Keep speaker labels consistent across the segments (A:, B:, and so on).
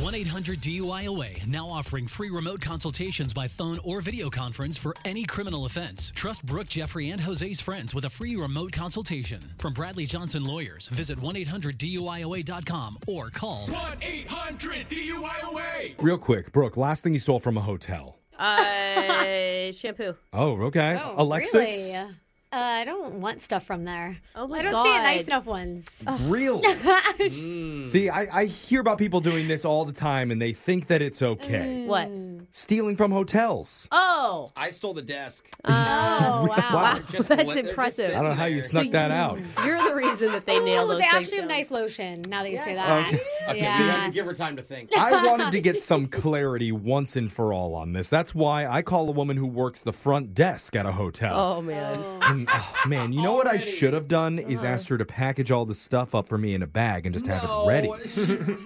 A: 1 800 DUIOA now offering free remote consultations by phone or video conference for any criminal offense. Trust Brooke, Jeffrey, and Jose's friends with a free remote consultation. From Bradley Johnson Lawyers, visit 1 800 DUIOA.com or call
B: 1 800 DUIOA.
C: Real quick, Brooke, last thing you saw from a hotel.
D: Uh, shampoo.
C: Oh, okay.
E: Oh,
C: Alexis.
E: really? Uh, I don't want stuff from there.
D: Oh my
E: I don't stay at nice
D: God.
E: enough ones.
C: Really? Mm. See, I, I hear about people doing this all the time and they think that it's okay.
D: What?
C: Stealing from hotels.
D: Mm. Oh,
B: I stole the desk.
E: Oh wow!
D: wow, that's impressive.
C: I don't know how you snuck that out.
D: You're the reason that they nailed those
E: Ooh, Oh, they
D: things
E: actually have
D: down.
E: nice lotion. Now that you say that,
C: Okay.
B: Okay,
E: Yeah.
B: see, I had to give her time to think.
C: I wanted to get some clarity once and for all on this. That's why I call a woman who works the front desk at a hotel.
D: Oh man.
C: And, oh, man, you know what I should have done is asked her to package all the stuff up for me in a bag and just have it ready.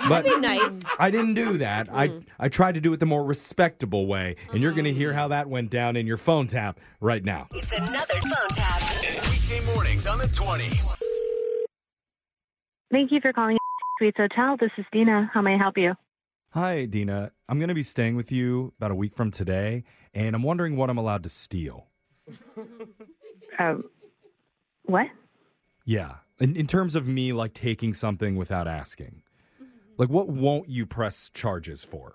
C: But
D: Nice.
C: I didn't do that. I, I tried to do it the more respectable way, and you're going to hear how that went down in your phone tap right now.
F: It's another phone tap.
G: Weekday mornings on the 20s.
H: Thank you for calling Suites Hotel. This is Dina. How may I help you?
C: Hi, Dina. I'm going to be staying with you about a week from today, and I'm wondering what I'm allowed to steal.
H: Um, what?
C: Yeah. In, in terms of me, like, taking something without asking. Like, what won't you press charges for?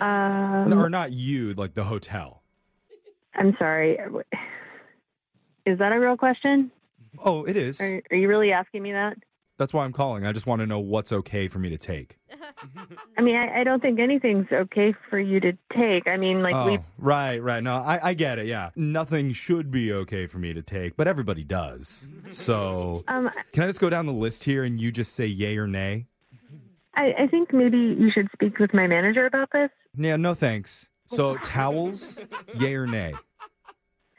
H: Um,
C: Or not you, like the hotel.
H: I'm sorry. Is that a real question?
C: Oh, it is.
H: Are, are you really asking me that?
C: That's why I'm calling. I just want to know what's okay for me to take.
H: I mean, I, I don't think anything's okay for you to take. I mean, like we.
C: oh, right, right. No, I, I get it. Yeah. Nothing should be okay for me to take, but everybody does. So,
H: Um,
C: can I just go down the list here and you just say yay or nay?
H: I, I think maybe you should speak with my manager about this.
C: Yeah, no thanks. So towels, yay or nay?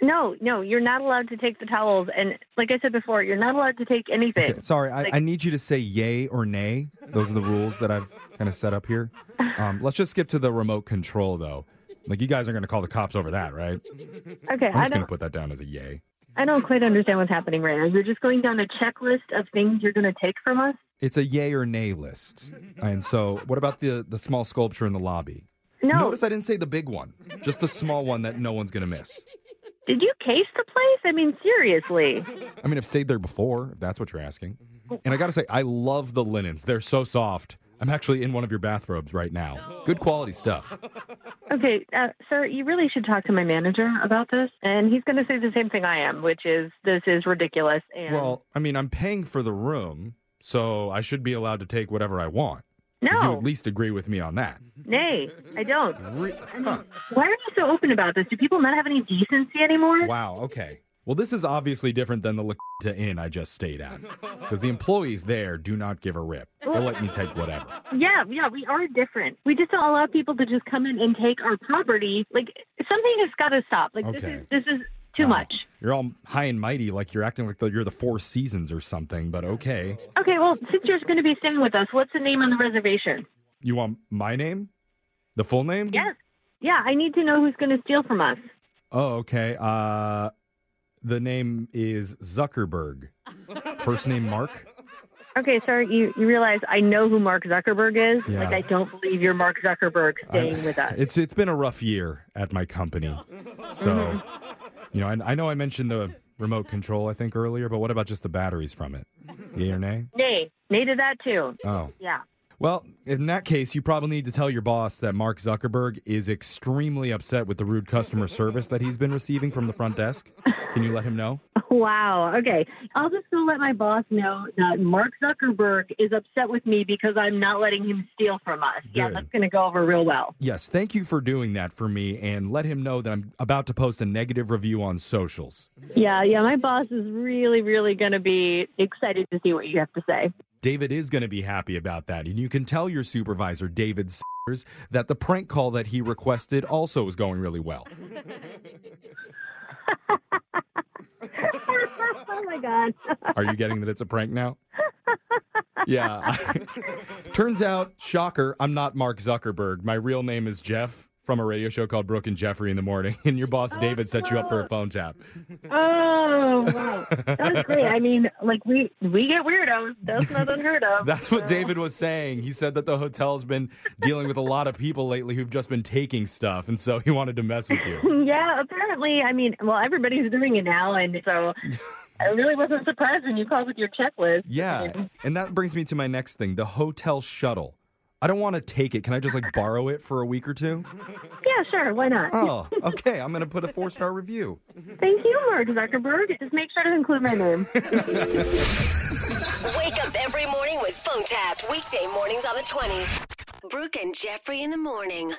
H: No, no, you're not allowed to take the towels. And like I said before, you're not allowed to take anything.
C: Okay, sorry, I, I need you to say yay or nay. Those are the rules that I've kind of set up here. Um, let's just skip to the remote control though. Like you guys are going to call the cops over that, right?
H: Okay,
C: I'm
H: I
C: just going to
H: don't.
C: put that down as a yay.
H: I don't quite understand what's happening right now. You're just going down a checklist of things you're going to take from us.
C: It's a yay or nay list. And so, what about the the small sculpture in the lobby?
H: No,
C: Notice I didn't say the big one, just the small one that no one's going to miss.
H: Did you case the place? I mean, seriously.
C: I mean, I've stayed there before, if that's what you're asking. And I got to say, I love the linens. They're so soft. I'm actually in one of your bathrobes right now. Good quality stuff.
H: Okay, uh, sir, you really should talk to my manager about this. And he's going to say the same thing I am, which is this is ridiculous. And
C: Well, I mean, I'm paying for the room, so I should be allowed to take whatever I want. Would you
H: no,
C: at least agree with me on that?
H: nay, I don't.
C: Re- huh.
H: Why are you so open about this? Do people not have any decency anymore?
C: Wow, okay. Well, this is obviously different than the Lakita Inn I just stayed at because the employees there do not give a rip. They'll let me take whatever.
H: Yeah, yeah, we are different. We just don't allow people to just come in and take our property. Like something has got to stop. Like
C: Okay.
H: this is this is too
C: Oh,
H: much.
C: You're all high and mighty, like you're acting like the, you're the Four Seasons or something, but okay.
H: Okay, well, since you're going to be staying with us, what's the name on the reservation?
C: You want my name? The full name?
H: Yes. Yeah, I need to know who's going to steal from us.
C: Oh, okay. Uh, the name is Zuckerberg. First name Mark.
H: Okay, sir, you, you realize I know who Mark Zuckerberg is.
C: Yeah.
H: Like, I don't believe you're Mark Zuckerberg staying
C: I-
H: with us.
C: It's it's been a rough year at my company, so you know. I, I know I mentioned the remote control I think earlier, but what about just the batteries from it? Yay or nay?
H: Nay, nay to that, too.
C: Oh,
H: Yeah.
C: well, in that case, you probably need to tell your boss that Mark Zuckerberg is extremely upset with the rude customer service that he's been receiving from the front desk. Can you let him know?
H: Wow. Okay. I'll just go let my boss know that Mark Zuckerberg is upset with me because I'm not letting him steal from us. Yeah,
C: Good.
H: that's going to go over real well.
C: Yes, thank you for doing that for me, and let him know that I'm about to post a negative review on socials.
H: Yeah, yeah. My boss is really, really going to be excited to see what you have to say.
C: David is going to be happy about that. And you can tell your supervisor, David Sayers, that the prank call that he requested also is going really well.
H: oh, my God.
C: Are you getting that it's a prank now? Yeah. Turns out, shocker, I'm not Mark Zuckerberg. My real name is Jeff. from a radio show called Brooke and Jeffrey in the morning, and your boss David set you up for a phone tap.
H: Oh, wow. That was great. I mean, like, we we get weirdos. That's not unheard of.
C: That's what David was saying. He said that the hotel's been dealing with a lot of people lately who've just been taking stuff, and so he wanted to mess with you.
H: Yeah, apparently. I mean, well, everybody's doing it now, and so I really wasn't surprised when you called with your checklist.
C: Yeah, and that brings me to my next thing: the hotel shuttle. I don't want to take it. Can I just like borrow it for a week or two?
H: Yeah, sure. Why not?
C: Oh, okay. I'm gonna put a four star review.
H: Thank you, Mark Zuckerberg. Just make sure to include my name.
F: Wake up every morning with phone taps. Weekday mornings on the 20s. Brooke and Jeffrey in the morning.